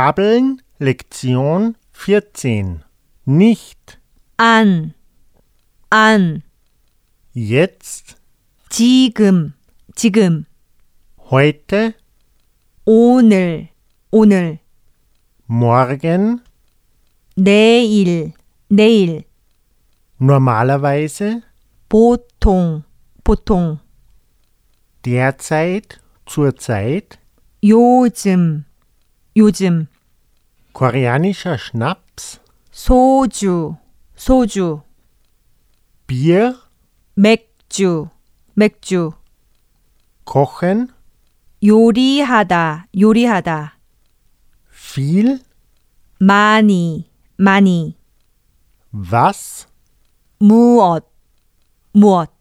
Vokabeln Lektion 14 Nicht 안, 안, jetzt, 지금, 지금, heute, 오늘, 오늘, morgen, 내일, 내일, normalerweise, 보통, 보통, derzeit, zurzeit, 요즘, 요즘, koreanischer Schnaps, 소주, 소주, Bier, 맥주, 맥주, kochen, 요리하다, 요리하다, viel, 많이, 많이, was, 무엇, 무엇,